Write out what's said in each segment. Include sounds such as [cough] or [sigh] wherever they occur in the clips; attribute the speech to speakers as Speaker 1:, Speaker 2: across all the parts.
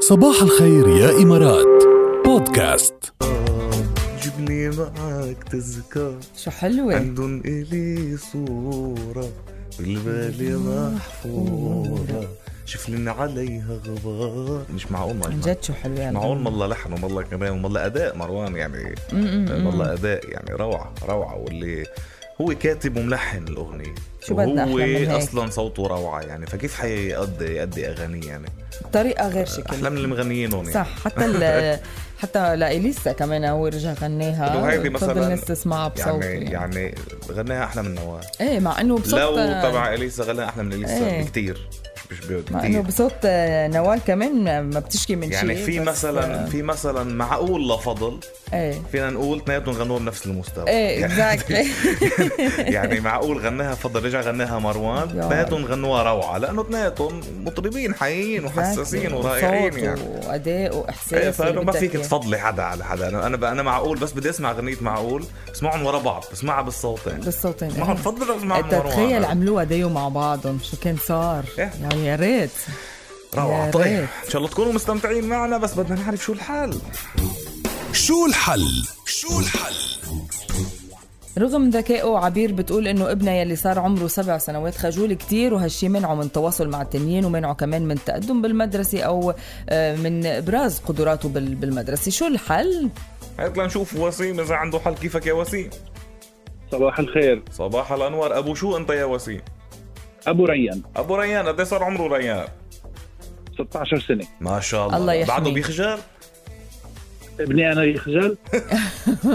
Speaker 1: صباح الخير يا إمارات بودكاست
Speaker 2: جبني معاك تذكار
Speaker 3: شو حلوة
Speaker 2: عندن إلي صورة بالبالي محفورة شفلن عليها غبار مش معقول
Speaker 3: عن
Speaker 2: مش
Speaker 3: جد شو حلوة يعني
Speaker 2: معقول والله لحن والله كمان والله أداء مروان يعني والله أداء يعني روعة روعة واللي هو كاتب وملحن الأغنية
Speaker 3: شو بدنا
Speaker 2: هو
Speaker 3: أحلى من هيك؟
Speaker 2: أصلا صوته روعة يعني فكيف حيقضي يأدي أغاني يعني
Speaker 3: بطريقة غير شكل
Speaker 2: أحلام المغنيين هون يعني.
Speaker 3: صح حتى
Speaker 2: [laughs]
Speaker 3: ال حتى لإليسا كمان هو رجع
Speaker 2: لو
Speaker 3: غناها
Speaker 2: هيدي مثلاً
Speaker 3: بفضل الناس تسمعها بصوته
Speaker 2: يعني يعني غناها أحلى من نوال
Speaker 3: ايه مع انه بصوت
Speaker 2: لو تبع اليسا غنى احلى من اليسا
Speaker 3: إيه.
Speaker 2: بكتير مش بيو-
Speaker 3: مع انه
Speaker 2: بكتير
Speaker 3: بصوت آه، نوال كمان ما بتشكي من شيء
Speaker 2: يعني في
Speaker 3: بس- آه،
Speaker 2: مثلا في مثلا معقول لفضل
Speaker 3: ايه
Speaker 2: فينا نقول اثنيناتهم غنوا بنفس المستوى
Speaker 3: ايه
Speaker 2: يعني-
Speaker 3: اكزاكتلي
Speaker 2: [laughs] يعني معقول غناها فضل رجع غناها مروان
Speaker 3: يا.
Speaker 2: اثنيناتهم غنوها روعة لأنه اثنيناتهم مطربين حقيقيين وحساسين ورائعين يعني
Speaker 3: واداء
Speaker 2: إيه،
Speaker 3: واحساس
Speaker 2: فانه
Speaker 3: اللي
Speaker 2: ما
Speaker 3: بدك
Speaker 2: فيك
Speaker 3: إياه.
Speaker 2: تفضلي حدا على حدا انا انا انا معقول بس بدي اسمع غنيه معقول اسمعهم ورا بعض اسمعها بالصوتين
Speaker 3: بالصوتين
Speaker 2: اسمعهم فضل اسمعهم
Speaker 3: انت
Speaker 2: مروان
Speaker 3: تخيل عملوها ديو مع بعضهم شو كان صار
Speaker 2: إيه.
Speaker 3: يعني يا ريت
Speaker 2: روعة
Speaker 3: يا
Speaker 2: طيب
Speaker 3: ريت.
Speaker 2: ان شاء الله تكونوا مستمتعين معنا بس بدنا نعرف شو الحال
Speaker 1: شو الحل شو الحل
Speaker 3: رغم ذكائه عبير بتقول انه ابنها يلي صار عمره سبع سنوات خجول كتير وهالشي منعه من التواصل مع التانيين ومنعه كمان من التقدم بالمدرسة او آه، من ابراز قدراته بال- بالمدرسة شو الحل؟ [laughs]
Speaker 2: هات لنشوف وسيم اذا عنده حل كيفك يا وسيم
Speaker 4: صباح الخير
Speaker 2: صباح الانوار ابو شو انت يا وسيم
Speaker 4: ابو ريان
Speaker 2: ابو ريان قد إيه صار عمره ريان
Speaker 4: 16 سنه
Speaker 2: ما شاء الله,
Speaker 3: الله يحميه.
Speaker 2: بعده بيخجل
Speaker 4: ابني انا يخجل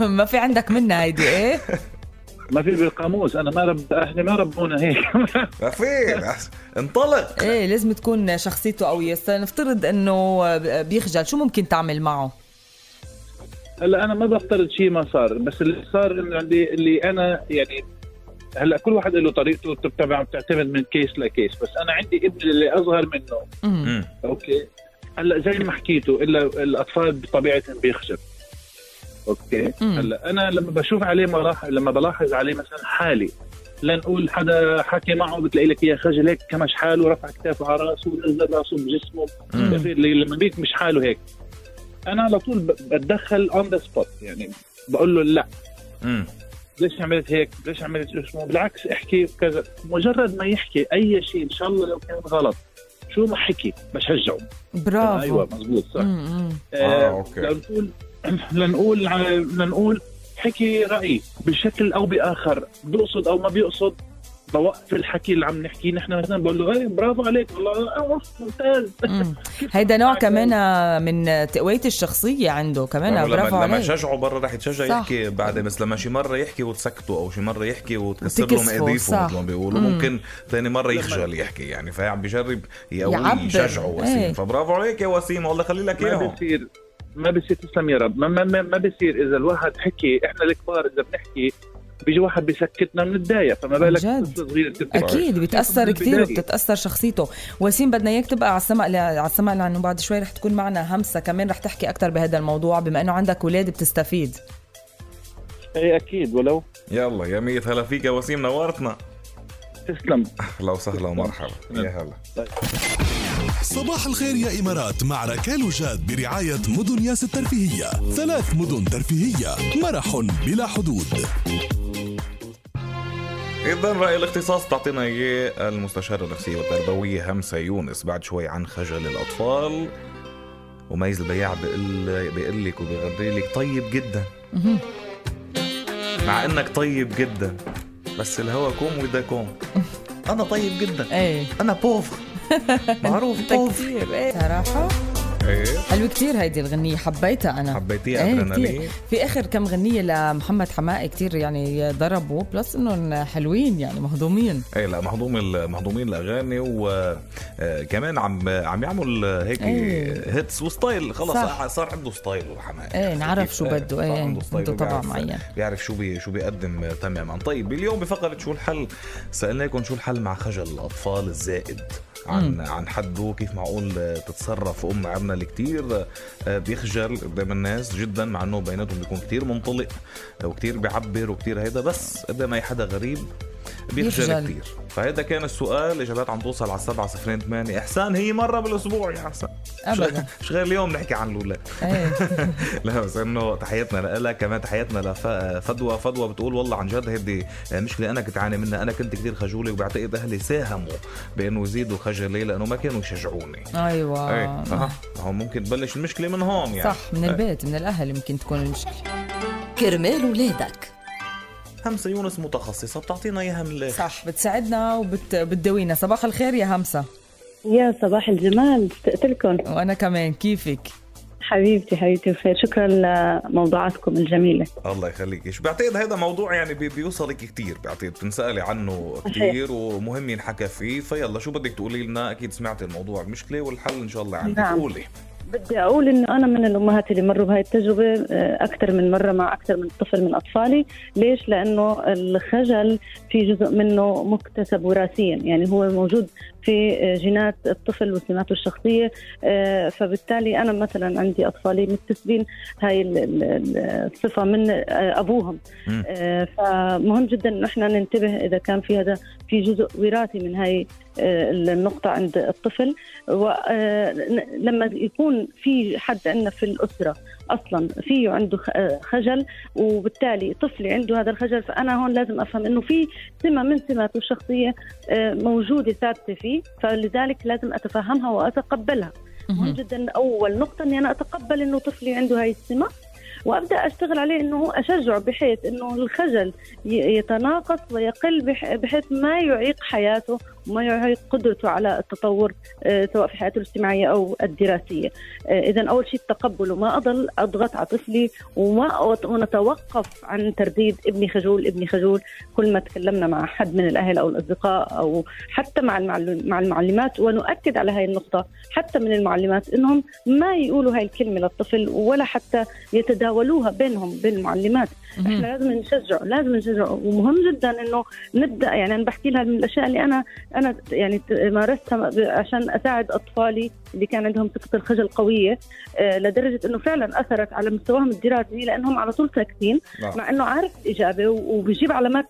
Speaker 3: ما في عندك منها هيدي
Speaker 4: [laughs]
Speaker 3: ايه؟
Speaker 4: ما في بالقاموس انا ما رب اهلي ما ربونا هيك [laughs]
Speaker 2: ما [laughs] في انطلق
Speaker 3: ايه لازم تكون شخصيته قوية بس نفترض انه بيخجل شو ممكن تعمل معه؟
Speaker 4: هلا انا ما بفترض شيء ما صار بس اللي صار انه عندي اللي انا يعني هلا كل واحد له طريقته بتتبع بتعتمد من كيس لكيس بس انا عندي ابن اللي اصغر منه
Speaker 3: مم.
Speaker 2: مم.
Speaker 4: اوكي هلا زي ما حكيتوا الا الاطفال بطبيعتهم بيخجل اوكي
Speaker 3: مم.
Speaker 4: هلا انا لما بشوف عليه مراحل لما بلاحظ عليه مثلا حالي لنقول حدا حكي معه بتلاقي لك اياه خجل هيك كمش حاله رفع كتافه على راسه ونزل راسه بجسمه
Speaker 2: مم.
Speaker 4: بصير لي- لما بيك مش حاله هيك انا على طول ب- بتدخل اون ذا سبوت يعني بقول له لا
Speaker 2: مم.
Speaker 4: ليش عملت هيك؟ ليش عملت شو اسمه؟ بالعكس احكي كذا مجرد ما يحكي اي شيء ان شاء الله لو كان غلط شو ما حكي بشجعه
Speaker 3: برافو
Speaker 4: ايوه مزبوط صح
Speaker 3: مم، مم.
Speaker 2: آه،
Speaker 4: آه،
Speaker 2: أوكي.
Speaker 4: لنقول [clears throat] لنقول على- لنقول حكي رأيي بشكل أو بآخر بيقصد أو ما بيقصد بوقف الحكي اللي عم نحكيه نحن مثلا بقول له ايه برافو عليك والله آه، ممتاز [laughs]
Speaker 3: مم. هيدا نوع كمان من تقوية الشخصية عنده
Speaker 4: نعم،
Speaker 3: كمان
Speaker 2: لما-
Speaker 3: برافو
Speaker 2: لما
Speaker 3: عليك
Speaker 2: شجعه برا رح يتشجع
Speaker 3: صح.
Speaker 2: يحكي بعدين بس لما شي مره يحكي وتسكته او شي مره يحكي وتكسر لهم
Speaker 3: وتكسفه،
Speaker 2: ايديهم
Speaker 3: صح.
Speaker 2: مثل ما بيقولوا
Speaker 3: مم.
Speaker 2: ممكن ثاني مره يخجل يحكي يعني فعم بيجرب يقويه
Speaker 3: يعبر.
Speaker 2: يشجعه وسيم
Speaker 3: إيه.
Speaker 2: فبرافو عليك يا وسيم والله خلي لك
Speaker 4: ما
Speaker 2: اياهم
Speaker 4: بصير ما بصير تسلم يا رب ما ما ما, ما بصير إذا الواحد حكي إحنا الكبار إذا بنحكي بيجي واحد بسكتنا بنتضايق فما بالك
Speaker 3: عن جد.
Speaker 4: طفل صغير تتضايق.
Speaker 3: اكيد بيتاثر
Speaker 4: بالبداية.
Speaker 3: كثير وبتتاثر شخصيته وسيم بدنا اياك تبقى على السمع ل- على السمع لانه بعد شوي رح تكون معنا همسه كمان رح تحكي اكثر بهذا الموضوع بما انه عندك اولاد بتستفيد
Speaker 4: ايه أكيد ولو
Speaker 2: يلا يا ميت هلا فيك يا وسيم نورتنا
Speaker 4: تسلم
Speaker 2: اهلا وسهلا ومرحبا يا هلا
Speaker 1: صباح الخير يا إمارات مع ركال وجاد برعاية مدن ياس الترفيهية ثلاث مدن ترفيهية مرح بلا حدود
Speaker 2: إذا رأي الاختصاص تعطينا إياه المستشارة النفسية والتربوية همسة يونس بعد شوي عن خجل الأطفال وميز البياع بقل بيقول لك وبيغري لك طيب جدا
Speaker 3: مهم.
Speaker 2: مع إنك طيب جدا بس الهوى كوم وده كوم أنا طيب جدا
Speaker 3: ايه
Speaker 2: أنا بوف معروف
Speaker 3: انت
Speaker 2: بوف
Speaker 3: كثير ايه صراحه
Speaker 2: إيه
Speaker 3: حلوه كثير هيدي الغنيه حبيتها انا
Speaker 2: حبيتيها
Speaker 3: ايه
Speaker 2: أدرينالين
Speaker 3: كتير في اخر كم غنيه لمحمد حماقي كثير يعني ضربوا بلس انهم حلوين يعني مهضومين
Speaker 2: ايه لا مهضوم ال- مهضومين الاغاني وكمان عم عم يعمل هيك
Speaker 3: إيه.
Speaker 2: هيتس وستايل خلص آه،
Speaker 3: صح.
Speaker 2: صار عنده ستايل وحماية آه،
Speaker 3: إيه، نعرف شو بده، إيه، بده طبع معين.
Speaker 2: بيعرف شو بي شو بيقدم تماما طيب اليوم بفقره شو الحل سالناكم شو الحل مع خجل الاطفال الزائد عن عن حده كيف معقول تتصرف ام عمنا اللي كتير بيخجل قدام الناس جدا مع انه بيناتهم بيكون كتير منطلق وكتير بيعبر وكتير هيدا بس قدام اي حدا غريب بيخجل
Speaker 3: بيخجل.
Speaker 2: كتير فهذا كان السؤال اجابات عم توصل على 7 0 8 احسان هي مره بالاسبوع يا احسان
Speaker 3: أبداً.
Speaker 2: [laughs] مش غير اليوم نحكي عن الاولاد
Speaker 3: إيه.
Speaker 2: [laughs] لا بس انه تحياتنا لها كمان تحياتنا لفدوى فدوى بتقول والله عن جد هدي مشكله انا كنت عاني منها انا كنت كثير خجوله وبعتقد اهلي ساهموا بانه يزيدوا خجلي لانه ما كانوا يشجعوني
Speaker 3: ايوه
Speaker 2: ايه فها- هو ممكن تبلش المشكله من هون يعني
Speaker 3: صح من البيت من الاهل يمكن تكون المشكله
Speaker 5: كرمال ولادك
Speaker 2: همسه يونس متخصصه بتعطينا اياها من الاخر
Speaker 3: صح بتساعدنا وبتداوينا صباح الخير يا همسه
Speaker 6: يا صباح الجمال اشتقتلكم
Speaker 3: وانا كمان كيفك
Speaker 6: حبيبتي حبيبتي بخير شكرا لموضوعاتكم الجميلة
Speaker 2: الله يخليك إيش بعتقد هذا موضوع يعني بي- بيوصلك كثير بعتقد بتنسالي عنه كثير ومهم ينحكى فيه فيلا شو بدك تقولي لنا اكيد سمعتي الموضوع المشكله والحل ان شاء الله يعني عندك
Speaker 6: نعم.
Speaker 2: قولي
Speaker 6: بدي أقول إنه أنا من الأمهات اللي مروا بهاي التجربة آه، أكثر من مرة مع أكثر من طفل من أطفالي ليش؟ لأنه الخجل في جزء منه مكتسب وراثيا يعني هو موجود في آه، جينات الطفل وسماته الشخصية آه، فبالتالي أنا مثلا عندي أطفالي مكتسبين هاي ال- ال- ال- الصفة من آه، أبوهم
Speaker 2: مم.
Speaker 6: آه، فمهم جدا إنه إحنا ننتبه إذا كان في هذا في جزء وراثي من هاي آه، النقطة عند الطفل ولما يكون في حد عندنا في الأسرة أصلا فيه عنده خ- آه، خجل وبالتالي طفلي عنده هذا الخجل فأنا هون لازم أفهم أنه في سمة من سماته الشخصية آه، موجودة ثابتة فيه فلذلك لازم أتفهمها وأتقبلها مهم
Speaker 3: مهم.
Speaker 6: جدا أول نقطة أني أنا أتقبل أنه طفلي عنده هاي السمة وابدا اشتغل عليه انه اشجعه بحيث انه الخجل ي- يتناقص ويقل بح- بحيث ما يعيق حياته وما يعيق قدرته على التطور آه، سواء في حياته الاجتماعيه او الدراسيه. اذا اول آه، شيء التقبل وما اضل اضغط على طفلي وما أت- ونتوقف عن ترديد ابني خجول ابني خجول كل ما تكلمنا مع حد من الاهل او الاصدقاء او حتى مع المعلم مع المعلمات ونؤكد على هاي النقطه حتى من المعلمات انهم ما يقولوا هاي الكلمه للطفل ولا حتى يتداولوها بينهم بين المعلمات احنا
Speaker 3: مهم.
Speaker 6: لازم نشجعه لازم نشجعه ومهم جدا انه نبدا يعني انا بحكي لها من الاشياء اللي انا انا يعني ت- مارستها ب- عشان اساعد اطفالي اللي كان عندهم سكه الخجل قويه آه، لدرجه انه فعلا اثرت على مستواهم الدراسي لانهم على طول ساكتين
Speaker 2: نعم.
Speaker 6: مع انه عارف الاجابه و- وبيجيب علامات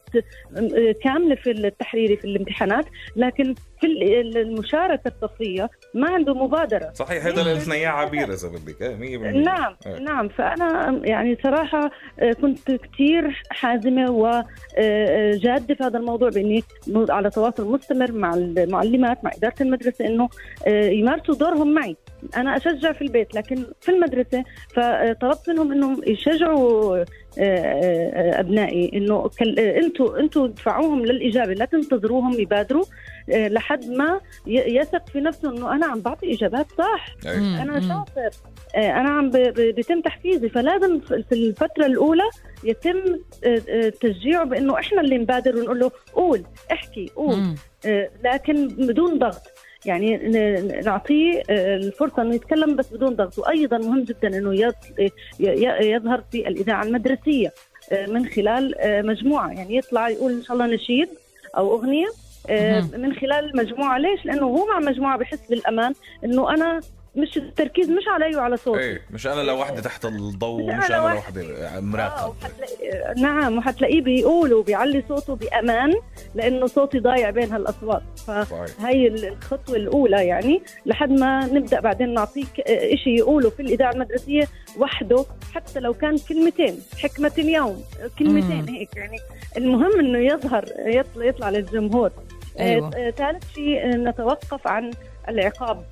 Speaker 6: آه، كامله في التحريري في الامتحانات لكن في ال- المشاركه الصفيه ما عنده مبادره
Speaker 2: صحيح هذا اللي قلنا اياه عبير اذا بدك ايه 100%
Speaker 6: نعم
Speaker 2: إيه.
Speaker 6: نعم فأنا يعني صراحة آه، كنت كثير حازمة وجادة في هذا الموضوع بإني م- على تواصل مستمر مع المعلمات مع إدارة المدرسة إنه آه، يمارسوا دورهم معي أنا أشجع في البيت لكن في المدرسة فطلبت منهم إنهم يشجعوا آه، آه، أبنائي إنه كل- آه، أنتوا أنتوا دفعوهم للإجابة لا تنتظروهم يبادروا آه، لحد ما ي- يثق في نفسه إنه أنا عم بعطي إجابات صح
Speaker 2: إيه.
Speaker 6: انا
Speaker 3: مم.
Speaker 6: شاطر آه، انا عم ب- ب- بيتم تحفيزي فلازم في في الفتره الاولى يتم آه، آه، تشجيعه بانه احنا اللي نبادر ونقول له قول احكي قول
Speaker 3: مم.
Speaker 6: آه، لكن بدون ضغط يعني ن- ن- نعطيه آه، الفرصه انه يتكلم بس بدون ضغط وايضا مهم جدا انه يظ- ي- ي- يظهر في الاذاعه المدرسيه آه، من خلال آه، مجموعه يعني يطلع يقول ان شاء الله نشيد او اغنيه آه،
Speaker 3: مهم.
Speaker 6: من خلال المجموعه ليش؟ لانه هو مع مجموعه بحس بالامان انه انا مش التركيز مش علي وعلى صوتي
Speaker 2: ايه مش انا لوحدي تحت الضوء
Speaker 6: مش
Speaker 2: ومش
Speaker 6: أنا
Speaker 2: انا
Speaker 6: لوحدي.
Speaker 2: لوحدي
Speaker 6: آه،
Speaker 2: مراقب
Speaker 6: وحتلاقي- نعم وحتلاقيه بيقول وبيعلي صوته بامان لانه صوتي ضايع بين هالاصوات
Speaker 2: صحيح.
Speaker 6: فهي ال- الخطوه الاولى يعني لحد ما نبدا بعدين نعطيك آه، إشي يقوله في الاذاعه المدرسيه وحده حتى لو كان كلمتين حكمه اليوم كلمتين
Speaker 3: مم.
Speaker 6: هيك يعني المهم انه يظهر يطلع, يطلع للجمهور آه،
Speaker 3: أيوة.
Speaker 6: ثالث شيء آه، نتوقف عن العقاب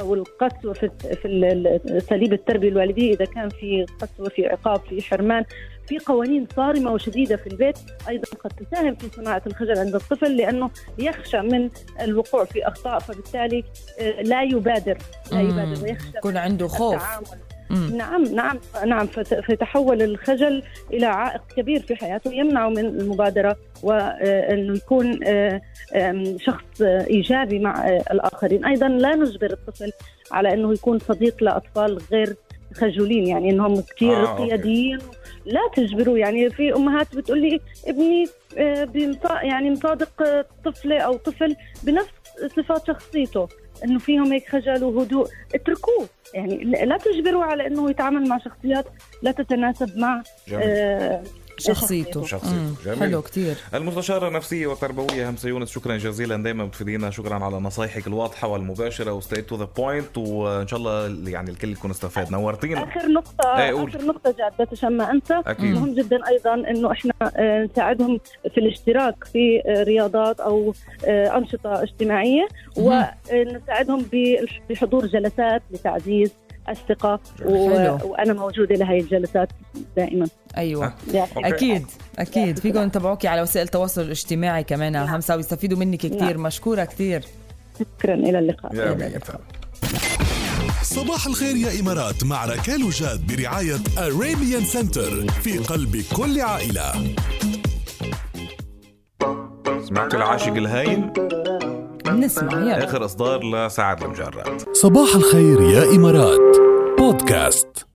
Speaker 6: او القسوه في في ال- ال- اساليب التربيه الوالديه اذا كان في قسوه في عقاب في حرمان في قوانين صارمه وشديده في البيت ايضا قد تساهم في صناعه الخجل عند الطفل لانه يخشى من الوقوع في اخطاء فبالتالي آه، لا يبادر لا
Speaker 3: مم.
Speaker 6: يبادر ويخشى
Speaker 3: يكون
Speaker 6: من
Speaker 3: عنده خوف
Speaker 6: التعامل.
Speaker 3: مم.
Speaker 6: نعم نعم نعم فت- فيتحول الخجل الى عائق كبير في حياته يمنعه من المبادره وانه يكون آه، آم، شخص آه، ايجابي مع آه، الاخرين، ايضا لا نجبر الطفل على انه يكون صديق لاطفال غير خجولين يعني انهم كثير
Speaker 2: آه، أوكي.
Speaker 6: قياديين لا تجبروا يعني في امهات بتقول لي ابني آه، بينط- يعني مصادق آه، طفله او طفل بنفس صفات شخصيته انه فيهم هيك خجل وهدوء اتركوه يعني لا لا تجبروا على انه يتعامل مع شخصيات لا تتناسب مع
Speaker 2: جميل
Speaker 6: آه،
Speaker 3: شخصيته
Speaker 2: شخصيته.
Speaker 3: مم.
Speaker 2: جميل.
Speaker 3: حلو كتير
Speaker 2: المستشارة النفسية والتربوية همسة يونس شكرا جزيلا دائما بتفيدينا شكرا على نصايحك الواضحة والمباشرة وستيت تو ذا بوينت وان شاء الله يعني الكل يكون استفاد نورتينا
Speaker 6: اخر نقطه
Speaker 2: إيه، قول.
Speaker 6: اخر نقطه جاد بس عشان ما انسى
Speaker 2: أكيد.
Speaker 6: مهم جدا ايضا انه احنا آه، نساعدهم في الاشتراك في آه، رياضات او آه، انشطه اجتماعيه
Speaker 3: مهم.
Speaker 6: ونساعدهم بالح- بحضور جلسات لتعزيز الثقه و...
Speaker 3: حلو.
Speaker 6: وانا موجوده لهي الجلسات دائما
Speaker 3: ايوه
Speaker 6: يعطيك
Speaker 2: أوكي.
Speaker 3: اكيد اكيد فيكم تتابعوكي على وسائل التواصل الاجتماعي كمان همسه ويستفيدوا منك كثير مشكوره كثير
Speaker 6: شكرا الى اللقاء
Speaker 2: يا ميت.
Speaker 1: صباح الخير يا إمارات مع ركال وجاد برعاية Arabian Center في قلب كل عائلة
Speaker 2: سمعت العاشق الهاين
Speaker 3: بنسمع يلا
Speaker 2: اخر اصدار لسعد المجرد
Speaker 1: صباح الخير يا إمارات بودكاست